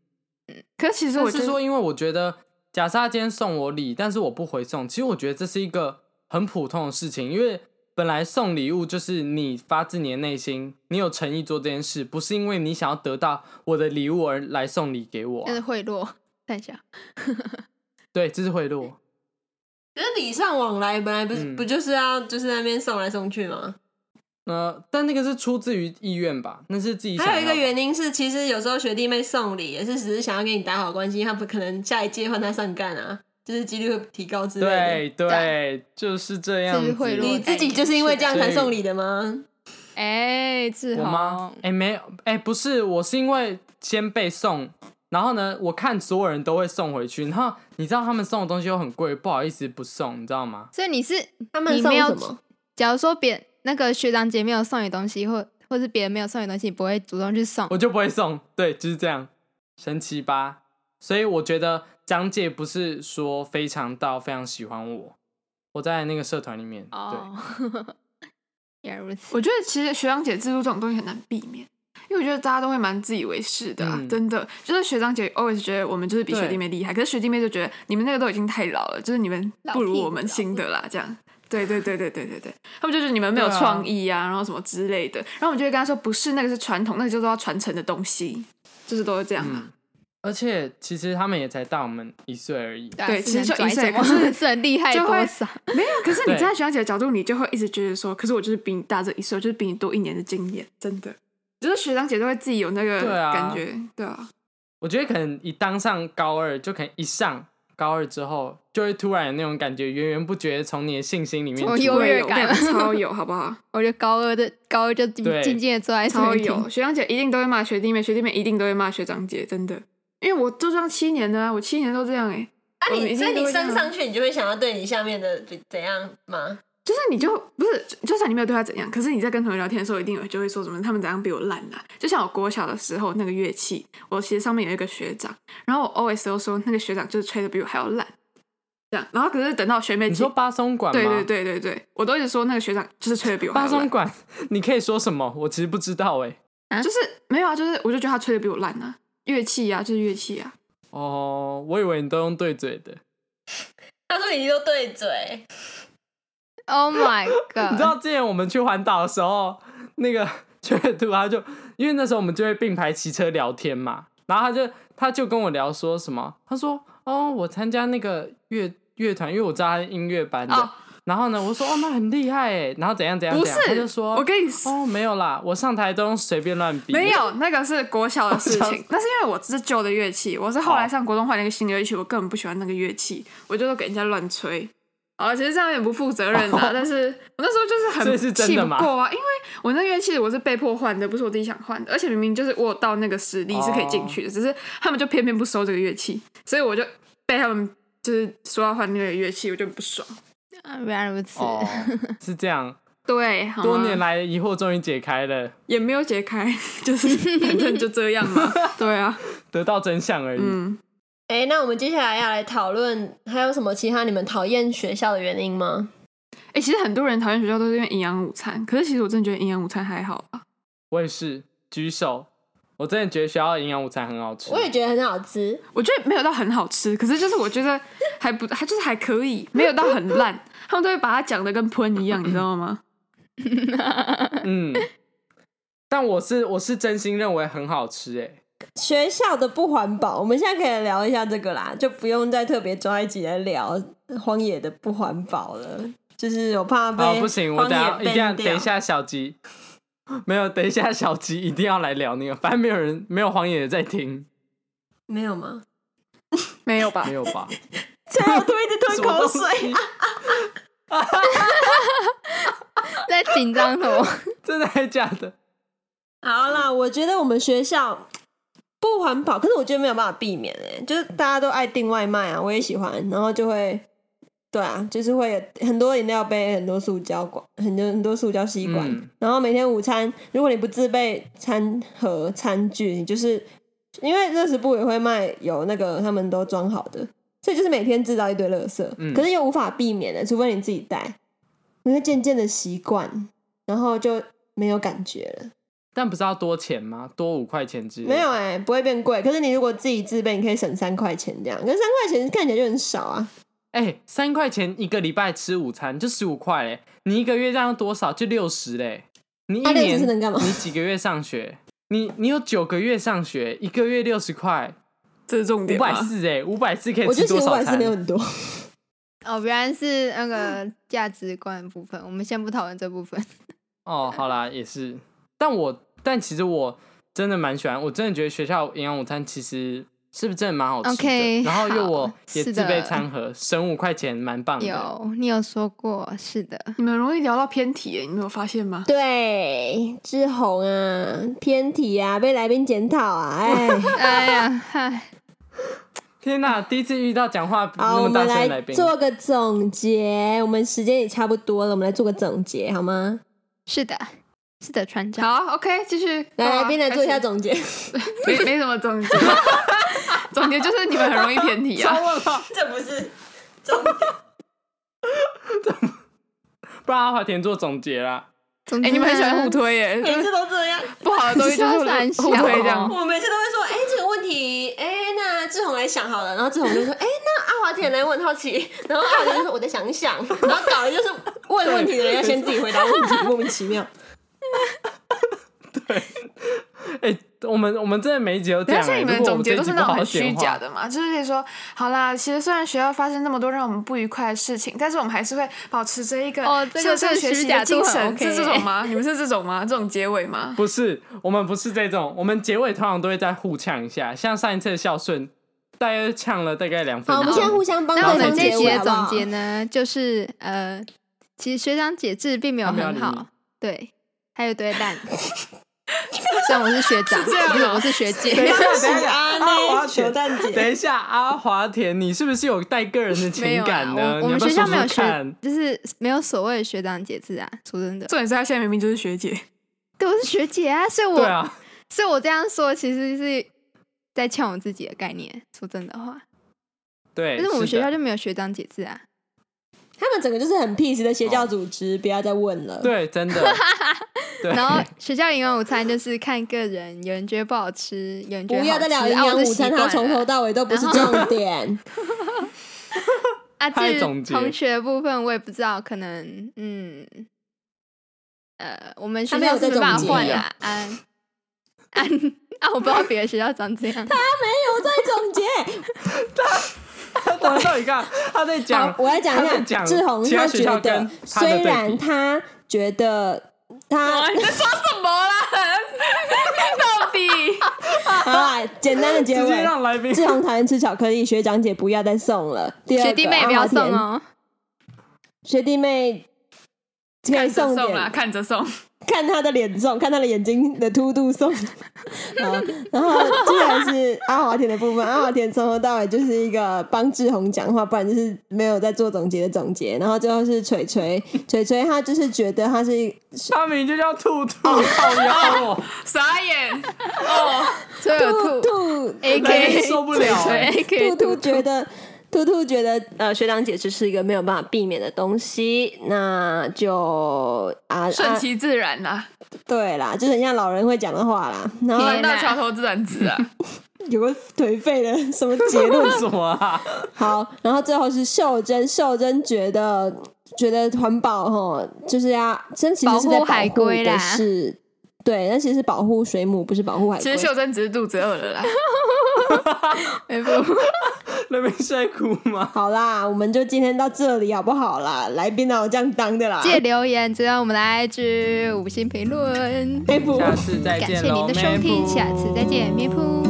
[SPEAKER 4] 可是其实
[SPEAKER 3] 但
[SPEAKER 4] 我觉
[SPEAKER 3] 是
[SPEAKER 4] 得
[SPEAKER 3] 说，因为我觉得，假设他今天送我礼，但是我不回送，其实我觉得这是一个很普通的事情，因为本来送礼物就是你发自你的内心，你有诚意做这件事，不是因为你想要得到我的礼物而来送礼给我啊、
[SPEAKER 2] 就是贿赂， *laughs* 看一下。
[SPEAKER 3] 对，这是贿赂。
[SPEAKER 1] 可是礼尚往来，本来不是、
[SPEAKER 3] 嗯
[SPEAKER 1] 不就是要就是在那边送来送去吗？
[SPEAKER 3] 呃，但那个是出自于意愿吧，那是自己想要
[SPEAKER 1] 还
[SPEAKER 3] 的。
[SPEAKER 1] 有一个原因是，其实有时候学弟妹送礼也是只是想要跟你打好关系，他不可能下一届换他上干啊，就是几率会提高之类的。
[SPEAKER 3] 对对，就是这样
[SPEAKER 2] 是
[SPEAKER 3] 子。
[SPEAKER 2] 贿赂
[SPEAKER 1] 你自己就是因为这样才
[SPEAKER 3] 所以
[SPEAKER 1] 送礼的吗？
[SPEAKER 2] 哎、志
[SPEAKER 3] 我
[SPEAKER 2] 宏，
[SPEAKER 3] 吗？哎、没有，哎、不是，我是因为先被送，然后呢，我看所有人都会送回去，然后你知道他们送的东西又很贵，不好意思不送，你知道吗？
[SPEAKER 2] 所以你是
[SPEAKER 1] 他们
[SPEAKER 2] 你
[SPEAKER 1] 送
[SPEAKER 2] 没有
[SPEAKER 1] 什么？
[SPEAKER 2] 假如说别那个学长姐没有送你东西，或或是别人没有送你东西，你不会主动去送。
[SPEAKER 3] 我就不会送，对，就是这样，神奇吧？所以我觉得张姐不是说非常到非常喜欢我，我在那个社团里面，对，
[SPEAKER 2] 哦， *laughs* 原来如此。
[SPEAKER 4] 我觉得其实学长姐制度这种东西很难避免，因为我觉得大家都会蛮自以为是的、啊，
[SPEAKER 3] 嗯
[SPEAKER 4] 真的就是学长姐 always 觉得我们就是比
[SPEAKER 3] 对
[SPEAKER 4] 学弟妹厉害，可是学弟妹就觉得你们那个都已经太老了，就是你们不
[SPEAKER 2] 老屁
[SPEAKER 4] 如
[SPEAKER 2] 股
[SPEAKER 4] 我们新的啦，这样。对对对对对对对，他们就觉得你们没有
[SPEAKER 3] 对啊
[SPEAKER 4] 创意啊，然后什么之类的，然后我们就会跟他说不是，那个是传统，那个就是要传承的东西，就是都是这样啊。
[SPEAKER 3] 嗯，而且其实他们也才大我们一岁而已，
[SPEAKER 2] 啊
[SPEAKER 4] 对
[SPEAKER 2] 是能
[SPEAKER 4] 其实就
[SPEAKER 2] 拽
[SPEAKER 4] 一岁
[SPEAKER 2] 什么
[SPEAKER 4] 可是
[SPEAKER 2] *laughs* 是很厉害
[SPEAKER 4] 就会
[SPEAKER 2] 多少？
[SPEAKER 4] 没有，可是你
[SPEAKER 3] 对
[SPEAKER 4] 站在学长姐的角度，你就会一直觉得说，可是我就是比你大这一岁，我就是比你多一年的经验，真的，就是学长姐都会自己有那个
[SPEAKER 3] 对啊
[SPEAKER 4] 感觉，对啊，
[SPEAKER 3] 我觉得可能一当上高二，就可能一上高二之后，就会突然有那种感觉，源源不绝地从你的信心里面
[SPEAKER 2] 我
[SPEAKER 3] 出
[SPEAKER 2] 优
[SPEAKER 3] 来
[SPEAKER 2] 越
[SPEAKER 4] 有
[SPEAKER 2] 感
[SPEAKER 4] 我跟你讲超有，好不好？
[SPEAKER 2] 我觉得高二的高二就
[SPEAKER 3] 对
[SPEAKER 2] 静静的坐在
[SPEAKER 4] 超
[SPEAKER 2] 这里听
[SPEAKER 4] 有，学长姐一定都会骂学弟妹，学弟妹一定都会骂学长姐，真的，因为我就这样七年的啊，我七年都这样哎、欸，
[SPEAKER 1] 那
[SPEAKER 4] 我们
[SPEAKER 1] 你
[SPEAKER 4] 一
[SPEAKER 1] 所以
[SPEAKER 4] 定都
[SPEAKER 1] 你
[SPEAKER 4] 会这样
[SPEAKER 1] 升
[SPEAKER 4] 啊
[SPEAKER 1] 上去，你就会想要对你下面的比怎样吗？
[SPEAKER 4] 就是你就不是，就算你没有对他怎样，可是你在跟同学聊天的时候，一定有就会说什么他们怎样比我烂啦、就像我国小的时候那个乐器，我其实上面有一个学长，然后我 always 都说那个学长就是吹的比我还要烂，这样。然后可是等到学妹
[SPEAKER 3] 你
[SPEAKER 4] 进
[SPEAKER 3] 说，巴松管吗？
[SPEAKER 4] 对对，对对对，我都一直说那个学长就是吹的比我还
[SPEAKER 3] 巴
[SPEAKER 4] 要
[SPEAKER 3] 松
[SPEAKER 4] 烂，
[SPEAKER 3] 管， *laughs* 你可以说什么？我其实不知道哎、
[SPEAKER 4] 就是没有啊，就是我就觉得他吹的比我烂啊，乐器啊就是乐器啊，
[SPEAKER 3] 哦，我以为你都用对嘴的，
[SPEAKER 1] 他说你都对嘴，
[SPEAKER 2] ，Oh
[SPEAKER 4] *laughs*
[SPEAKER 2] my
[SPEAKER 3] 你知道
[SPEAKER 2] god！
[SPEAKER 3] 之前我们去环岛的 *laughs* 时候，那个雀兔他就因为那时候我们就会并排骑车聊天嘛，然后他就他就跟我聊说什么，他说哦，我参加那个乐乐团，因为我知道他是音乐班的。
[SPEAKER 4] 哦
[SPEAKER 3] 然后呢，我说哦，那很厉害哎，然后怎样怎样
[SPEAKER 4] 不，
[SPEAKER 3] 怎样，他就是说
[SPEAKER 4] 我跟你说。
[SPEAKER 3] 哦没有啦，我上台都随便乱比，
[SPEAKER 4] 没有，那个是国小的事
[SPEAKER 3] *laughs* 我想
[SPEAKER 4] 情，那是因为我是旧的乐器，我是后
[SPEAKER 3] 哦
[SPEAKER 4] 来上国中换了一个新的乐器，我根本不喜欢那个乐器，我就都给人家乱吹。啊，其实这样也不负责
[SPEAKER 3] *laughs*
[SPEAKER 4] 任啊，但是我那时候
[SPEAKER 3] 所
[SPEAKER 4] 就
[SPEAKER 3] 以是
[SPEAKER 4] 是很
[SPEAKER 3] 真
[SPEAKER 4] 气
[SPEAKER 3] 的
[SPEAKER 4] 不
[SPEAKER 3] 吗
[SPEAKER 4] 过啊，因为我那乐器我是被迫换的，不是我自己想换的，而且明明就是我有到那个实力是可以进去的，只是他们就偏偏不收这个乐器，所以我就被他们就是说要换那个乐器，我就很不爽。
[SPEAKER 2] 啊，原来如此。
[SPEAKER 4] *laughs*
[SPEAKER 3] 哦，是这样。
[SPEAKER 4] 对，好啊吗
[SPEAKER 3] 多年来疑惑终于解开了，
[SPEAKER 4] 也没有解开， *laughs* 就是反正就这样 *laughs* 嘛。对啊，
[SPEAKER 3] 得到真相而已。
[SPEAKER 4] 嗯。
[SPEAKER 1] 哎、那我们接下来要来讨论还有什么其他你们讨厌学校的原因吗？
[SPEAKER 4] 哎、其实很多人讨厌学校都是因为营养午餐，可是其实我真的觉得营养午餐还好吧。
[SPEAKER 3] 我也是，举手。我真的觉得学校的营养午餐很好吃。
[SPEAKER 1] 我也觉得很好吃，
[SPEAKER 4] 我觉得没有到很好吃，可是就是我觉得还不， *laughs* 还就是还可以，没有到很烂。他们都会把它讲的跟喷一样，你知道吗？
[SPEAKER 1] *laughs*
[SPEAKER 3] 嗯，但我是我是真心认为很好吃哎、
[SPEAKER 1] 学校的不环保，我们现在可以聊一下这个啦，就不用再特别抓一集来聊荒野的不环保了。就是我怕被、
[SPEAKER 3] 好，哦不行，我
[SPEAKER 1] 荒
[SPEAKER 3] 等
[SPEAKER 1] 野
[SPEAKER 3] 下一定要
[SPEAKER 1] ban 掉
[SPEAKER 3] 等一下小吉，没有等一下小吉一定要来聊那个，反正没有人没有黄野在听，
[SPEAKER 1] 没有吗？
[SPEAKER 4] *laughs*
[SPEAKER 1] *laughs*
[SPEAKER 4] 没有吧
[SPEAKER 3] 没？有吧？
[SPEAKER 1] 最后都一直
[SPEAKER 3] 什
[SPEAKER 1] *laughs* 吞
[SPEAKER 3] 么
[SPEAKER 1] 口
[SPEAKER 3] 东
[SPEAKER 1] 水啊
[SPEAKER 3] 西，
[SPEAKER 2] 在紧张什
[SPEAKER 4] *laughs*
[SPEAKER 2] 么？
[SPEAKER 3] *laughs* 真的还假的？
[SPEAKER 1] 好啦，我觉得我们学校不环保，可是我觉得没有办法避免哎、就是大家都爱订外卖啊，我也喜欢，然后就会，对啊，就是会有很多饮料杯、很多塑胶管、很多很多塑胶吸管，
[SPEAKER 3] 嗯
[SPEAKER 1] 然后每天午餐，如果你不自备餐盒、餐具，你就是因为热食部也会卖有那个他们都装好的，所以就是每天制造一堆垃圾，
[SPEAKER 3] 嗯
[SPEAKER 1] 可是又无法避免的，除非你自己带，你会渐渐的习惯，然后就没有感觉了。
[SPEAKER 3] 但不是要多钱吗？多五块钱之类的
[SPEAKER 1] 没有哎、不会变贵。可是你如果自己自备，你可以省三块钱这样。可是三块钱看起来就很少啊。
[SPEAKER 3] 哎、三块钱一个礼拜吃午餐就十五块哎，你一个月这样多少？就六十嘞。你一
[SPEAKER 1] 那
[SPEAKER 3] 年
[SPEAKER 1] 60能干嘛
[SPEAKER 3] 你几个月上学？你你有九个月上学，一个月六十块，
[SPEAKER 4] 这是重
[SPEAKER 3] 五
[SPEAKER 4] 点
[SPEAKER 3] 百
[SPEAKER 4] 吗？
[SPEAKER 3] 四哎，五百四可以
[SPEAKER 1] 我觉
[SPEAKER 3] 吃
[SPEAKER 1] 得其
[SPEAKER 3] 多
[SPEAKER 1] 实五
[SPEAKER 3] 少
[SPEAKER 1] 百四
[SPEAKER 3] 餐
[SPEAKER 1] 没？有很多，
[SPEAKER 2] 哦，原来是那个价值观的部分，我们先不讨论这部分。
[SPEAKER 3] 哦，好啦，也是。但我但其实我真的蛮喜欢，我真的觉得学校营养午餐其实是不是真的蛮好吃的
[SPEAKER 2] OK，
[SPEAKER 3] 然后又
[SPEAKER 2] 好
[SPEAKER 3] 我也
[SPEAKER 2] 是
[SPEAKER 3] 自备
[SPEAKER 2] 的
[SPEAKER 3] 餐盒，省五块钱，蛮
[SPEAKER 4] 嗯
[SPEAKER 3] 棒的。
[SPEAKER 2] 有，你有说过，是的，
[SPEAKER 4] 你们很容易聊到偏题耶，你没有发现吗？
[SPEAKER 1] 对，志宏啊，偏题啊，被来宾检讨啊，
[SPEAKER 3] *laughs*
[SPEAKER 1] 哎，
[SPEAKER 2] 哎呀， *laughs* 嗨，
[SPEAKER 3] 天哪，第一次遇到讲话
[SPEAKER 1] 好，
[SPEAKER 3] 那
[SPEAKER 1] 我
[SPEAKER 3] 么大
[SPEAKER 1] 们
[SPEAKER 3] 声的
[SPEAKER 1] 来
[SPEAKER 3] 来宾，
[SPEAKER 1] 做个总结，我们时间也差不多了，我们来做个总结好吗？
[SPEAKER 2] 是的，是的，船长。
[SPEAKER 4] 好，OK，继续。
[SPEAKER 1] 来，
[SPEAKER 4] 好啊
[SPEAKER 1] 来宾来做一下
[SPEAKER 4] 开
[SPEAKER 3] *laughs*
[SPEAKER 4] 始
[SPEAKER 1] 总结，
[SPEAKER 4] 没没什么总 *laughs* 结，总结就是你们很容易偏题
[SPEAKER 3] 超
[SPEAKER 4] 啊。
[SPEAKER 3] 问号，
[SPEAKER 1] 这不是总
[SPEAKER 3] 不然阿华田做总结啦。
[SPEAKER 2] 总
[SPEAKER 4] 哎、
[SPEAKER 2] 之
[SPEAKER 4] 你们很喜欢
[SPEAKER 2] 呢
[SPEAKER 4] 互推耶，
[SPEAKER 1] 都这样。
[SPEAKER 4] 不好的东西就
[SPEAKER 2] 你是要闪哦
[SPEAKER 4] 是
[SPEAKER 2] 小
[SPEAKER 4] 互推
[SPEAKER 1] *laughs*
[SPEAKER 4] 这样。
[SPEAKER 1] 我每次都会说，哎、这个问题，哎、那志宏来想好了，然后志宏就说，哎、那阿华田来问好奇， *laughs* 然后阿华田就说我再想一想， *laughs* 然后搞的就是问问题的人要先自己回答问题，莫名其妙。
[SPEAKER 3] 哎、我们我们真的每一集都这
[SPEAKER 4] 等一
[SPEAKER 3] 样、
[SPEAKER 4] 下，所以
[SPEAKER 3] 欸。
[SPEAKER 4] 你
[SPEAKER 3] 如
[SPEAKER 4] 们
[SPEAKER 3] 果我
[SPEAKER 4] 总
[SPEAKER 3] 们这
[SPEAKER 4] 结都
[SPEAKER 3] 一集
[SPEAKER 4] 是
[SPEAKER 3] 不
[SPEAKER 4] 那
[SPEAKER 3] 好好
[SPEAKER 4] 种很
[SPEAKER 3] 讲
[SPEAKER 4] 虚
[SPEAKER 3] 话
[SPEAKER 4] 假，的嘛？就是可以说，好啦，其实虽然学校发生那么多让我们不愉快的事情，但是我们还是会保持着一个
[SPEAKER 2] 哦这个
[SPEAKER 4] 向上
[SPEAKER 2] 这个
[SPEAKER 4] 学
[SPEAKER 2] 虚
[SPEAKER 4] 习
[SPEAKER 2] 假
[SPEAKER 4] 的
[SPEAKER 2] 度
[SPEAKER 4] 精
[SPEAKER 2] 很
[SPEAKER 4] 神，
[SPEAKER 2] OK
[SPEAKER 4] 是这种吗？你们是这种吗？这种结尾吗？
[SPEAKER 3] 不是，我们不是这种，我们结尾通常都会再互呛一下，像上一次的孝顺，大约呛了大概两分钟。
[SPEAKER 1] 好，我们现在互相帮对
[SPEAKER 2] 那我
[SPEAKER 1] 方
[SPEAKER 2] 们这一
[SPEAKER 1] 结
[SPEAKER 2] 集
[SPEAKER 1] 尾
[SPEAKER 2] 的
[SPEAKER 1] 好不
[SPEAKER 2] 总
[SPEAKER 1] 好？
[SPEAKER 2] 结呢，就是呃，其实学长解制并没有
[SPEAKER 3] 他没有
[SPEAKER 2] 很
[SPEAKER 3] 理你
[SPEAKER 2] 好，对，还有一堆烂。 *laughs* 虽然我是学长，
[SPEAKER 4] 是这样啊
[SPEAKER 2] 不是我是学
[SPEAKER 3] *laughs*
[SPEAKER 4] *laughs*
[SPEAKER 3] 等一
[SPEAKER 2] 姐，
[SPEAKER 3] 下，
[SPEAKER 1] *laughs*
[SPEAKER 3] 等一下，
[SPEAKER 1] 安
[SPEAKER 3] 阿
[SPEAKER 1] 呢
[SPEAKER 3] 华
[SPEAKER 1] 球
[SPEAKER 3] 田，
[SPEAKER 1] 蛋姐
[SPEAKER 3] *laughs* 等一下，阿华田，你是不是有带个人
[SPEAKER 2] *laughs*
[SPEAKER 3] 的
[SPEAKER 2] 没
[SPEAKER 3] 情
[SPEAKER 2] 有
[SPEAKER 3] 感
[SPEAKER 2] 啊，
[SPEAKER 3] 呢？
[SPEAKER 2] 我我
[SPEAKER 3] 你
[SPEAKER 2] 们
[SPEAKER 3] 要不要
[SPEAKER 2] 学校没有
[SPEAKER 3] 说说
[SPEAKER 2] 学
[SPEAKER 3] 看，
[SPEAKER 2] 就是没有所谓的学长解制啊，说真的，
[SPEAKER 4] 重点是他现在明明就是
[SPEAKER 2] *laughs*
[SPEAKER 4] 学姐，
[SPEAKER 2] 对，我是学姐啊，所以我、
[SPEAKER 3] 对啊，
[SPEAKER 2] 所以我这样说其实是在呛我自己的概念，说真的话，
[SPEAKER 3] 对。
[SPEAKER 2] 但是我们
[SPEAKER 3] 哎的
[SPEAKER 2] 学校就没有学长解制啊，
[SPEAKER 1] *laughs* 他们整个就是很 peace 的邪教组织，不要再问了。，
[SPEAKER 3] 对，真的，
[SPEAKER 2] *laughs*
[SPEAKER 3] *laughs* 对，
[SPEAKER 2] 然后学校营养午餐就是看个人，有人觉得不好吃，有人觉得
[SPEAKER 1] 不要
[SPEAKER 2] 好
[SPEAKER 1] 再
[SPEAKER 2] 吃
[SPEAKER 1] 聊营
[SPEAKER 2] 啊我
[SPEAKER 1] 养
[SPEAKER 2] 就
[SPEAKER 1] 午餐，
[SPEAKER 2] 习
[SPEAKER 1] 它
[SPEAKER 2] 惯
[SPEAKER 1] 从
[SPEAKER 2] 了
[SPEAKER 1] 头到尾都不是重 *laughs* 点。哎
[SPEAKER 2] 啊，
[SPEAKER 3] 他
[SPEAKER 2] 至
[SPEAKER 3] 在
[SPEAKER 2] 于
[SPEAKER 3] 总结
[SPEAKER 2] 同学的部分，我也不知道，可能嗯，呃，我们
[SPEAKER 1] 他
[SPEAKER 2] 学
[SPEAKER 1] 没有
[SPEAKER 2] 校是
[SPEAKER 1] 在
[SPEAKER 3] *laughs*
[SPEAKER 2] 没办法 *laughs*
[SPEAKER 1] 总结
[SPEAKER 2] 换
[SPEAKER 1] 啊
[SPEAKER 2] 啦，安安啊，我不知道别的学校长这
[SPEAKER 1] *laughs*
[SPEAKER 2] 样。
[SPEAKER 1] 我在总结，
[SPEAKER 3] 他到底干？他在
[SPEAKER 1] 好
[SPEAKER 3] 讲，，
[SPEAKER 1] 我来
[SPEAKER 3] 他在
[SPEAKER 1] 讲一下
[SPEAKER 3] 讲
[SPEAKER 1] 志宏，
[SPEAKER 3] 其他学
[SPEAKER 1] 觉
[SPEAKER 3] 校
[SPEAKER 1] 得
[SPEAKER 3] 跟他的
[SPEAKER 1] 虽
[SPEAKER 3] 对比
[SPEAKER 1] 然他觉得他
[SPEAKER 4] 你在说什
[SPEAKER 2] *laughs*
[SPEAKER 4] 么啦？
[SPEAKER 3] *laughs*
[SPEAKER 4] 到底
[SPEAKER 1] *laughs* 好啦，简单的结
[SPEAKER 3] 直接
[SPEAKER 1] 尾。
[SPEAKER 3] 让来宾
[SPEAKER 1] 志宏讨厌吃巧克力，学长姐不要再送了。第二个
[SPEAKER 2] 学弟妹也不要送，
[SPEAKER 1] 阿华
[SPEAKER 2] 哦，
[SPEAKER 1] 田学弟妹可以
[SPEAKER 4] 看着
[SPEAKER 1] 送
[SPEAKER 4] 送
[SPEAKER 2] 啊
[SPEAKER 4] 啦，
[SPEAKER 1] 点，
[SPEAKER 4] 看着送。
[SPEAKER 1] 看他的脸送，看他的眼睛的凸度
[SPEAKER 2] *laughs*
[SPEAKER 1] 送。好，然后接下来是阿华田的部分，阿华田从头到尾就是一个帮志宏讲话，不然就是没有在做总结的总结。然后最后是锤锤，锤锤他就是觉得他是一
[SPEAKER 3] *laughs* 他名就叫兔兔，靠腰
[SPEAKER 2] *laughs*
[SPEAKER 3] 哦，
[SPEAKER 4] 傻眼哦！
[SPEAKER 2] 所以有兔
[SPEAKER 1] 兔
[SPEAKER 2] *laughs* A
[SPEAKER 3] 来
[SPEAKER 2] K
[SPEAKER 3] 宾受不了
[SPEAKER 2] *laughs*
[SPEAKER 3] 欸。
[SPEAKER 2] A K
[SPEAKER 1] 兔兔觉得，兔兔觉得，呃，学长姐这是一个没有办法避免的东西，那就啊
[SPEAKER 4] 顺
[SPEAKER 1] 啊，
[SPEAKER 4] 其自然啦，
[SPEAKER 1] 对啦，就是很像老人会讲的话啦。然后
[SPEAKER 4] 船
[SPEAKER 2] 天
[SPEAKER 4] 到
[SPEAKER 2] 哪
[SPEAKER 4] 桥头自然直啊！
[SPEAKER 1] 有个颓废的什么结论？
[SPEAKER 3] 什么啊？ *laughs*
[SPEAKER 1] 好，然后最后是秀珍，秀珍觉得觉得环保吼，就是要真其实是在
[SPEAKER 2] 保护海
[SPEAKER 1] 保护
[SPEAKER 2] 龟啦
[SPEAKER 1] 的是，对，但其实是保护水母，不是保护海
[SPEAKER 4] 其
[SPEAKER 1] 龟
[SPEAKER 4] 实。秀珍只是肚子饿了啦，
[SPEAKER 2] *laughs* 没不
[SPEAKER 3] 那边是在哭
[SPEAKER 2] *laughs*
[SPEAKER 3] 吗？
[SPEAKER 1] 好啦，我们就今天到这里好不好啦？来宾哦哪有这样当的啦？
[SPEAKER 2] 借留言，只要我们的 IG 五星评论。
[SPEAKER 1] 佩服
[SPEAKER 3] 下次再
[SPEAKER 2] 感
[SPEAKER 3] 见
[SPEAKER 2] 谢
[SPEAKER 3] 喽，
[SPEAKER 2] 您的收听，
[SPEAKER 3] Maple
[SPEAKER 2] 下次再见，咪噗。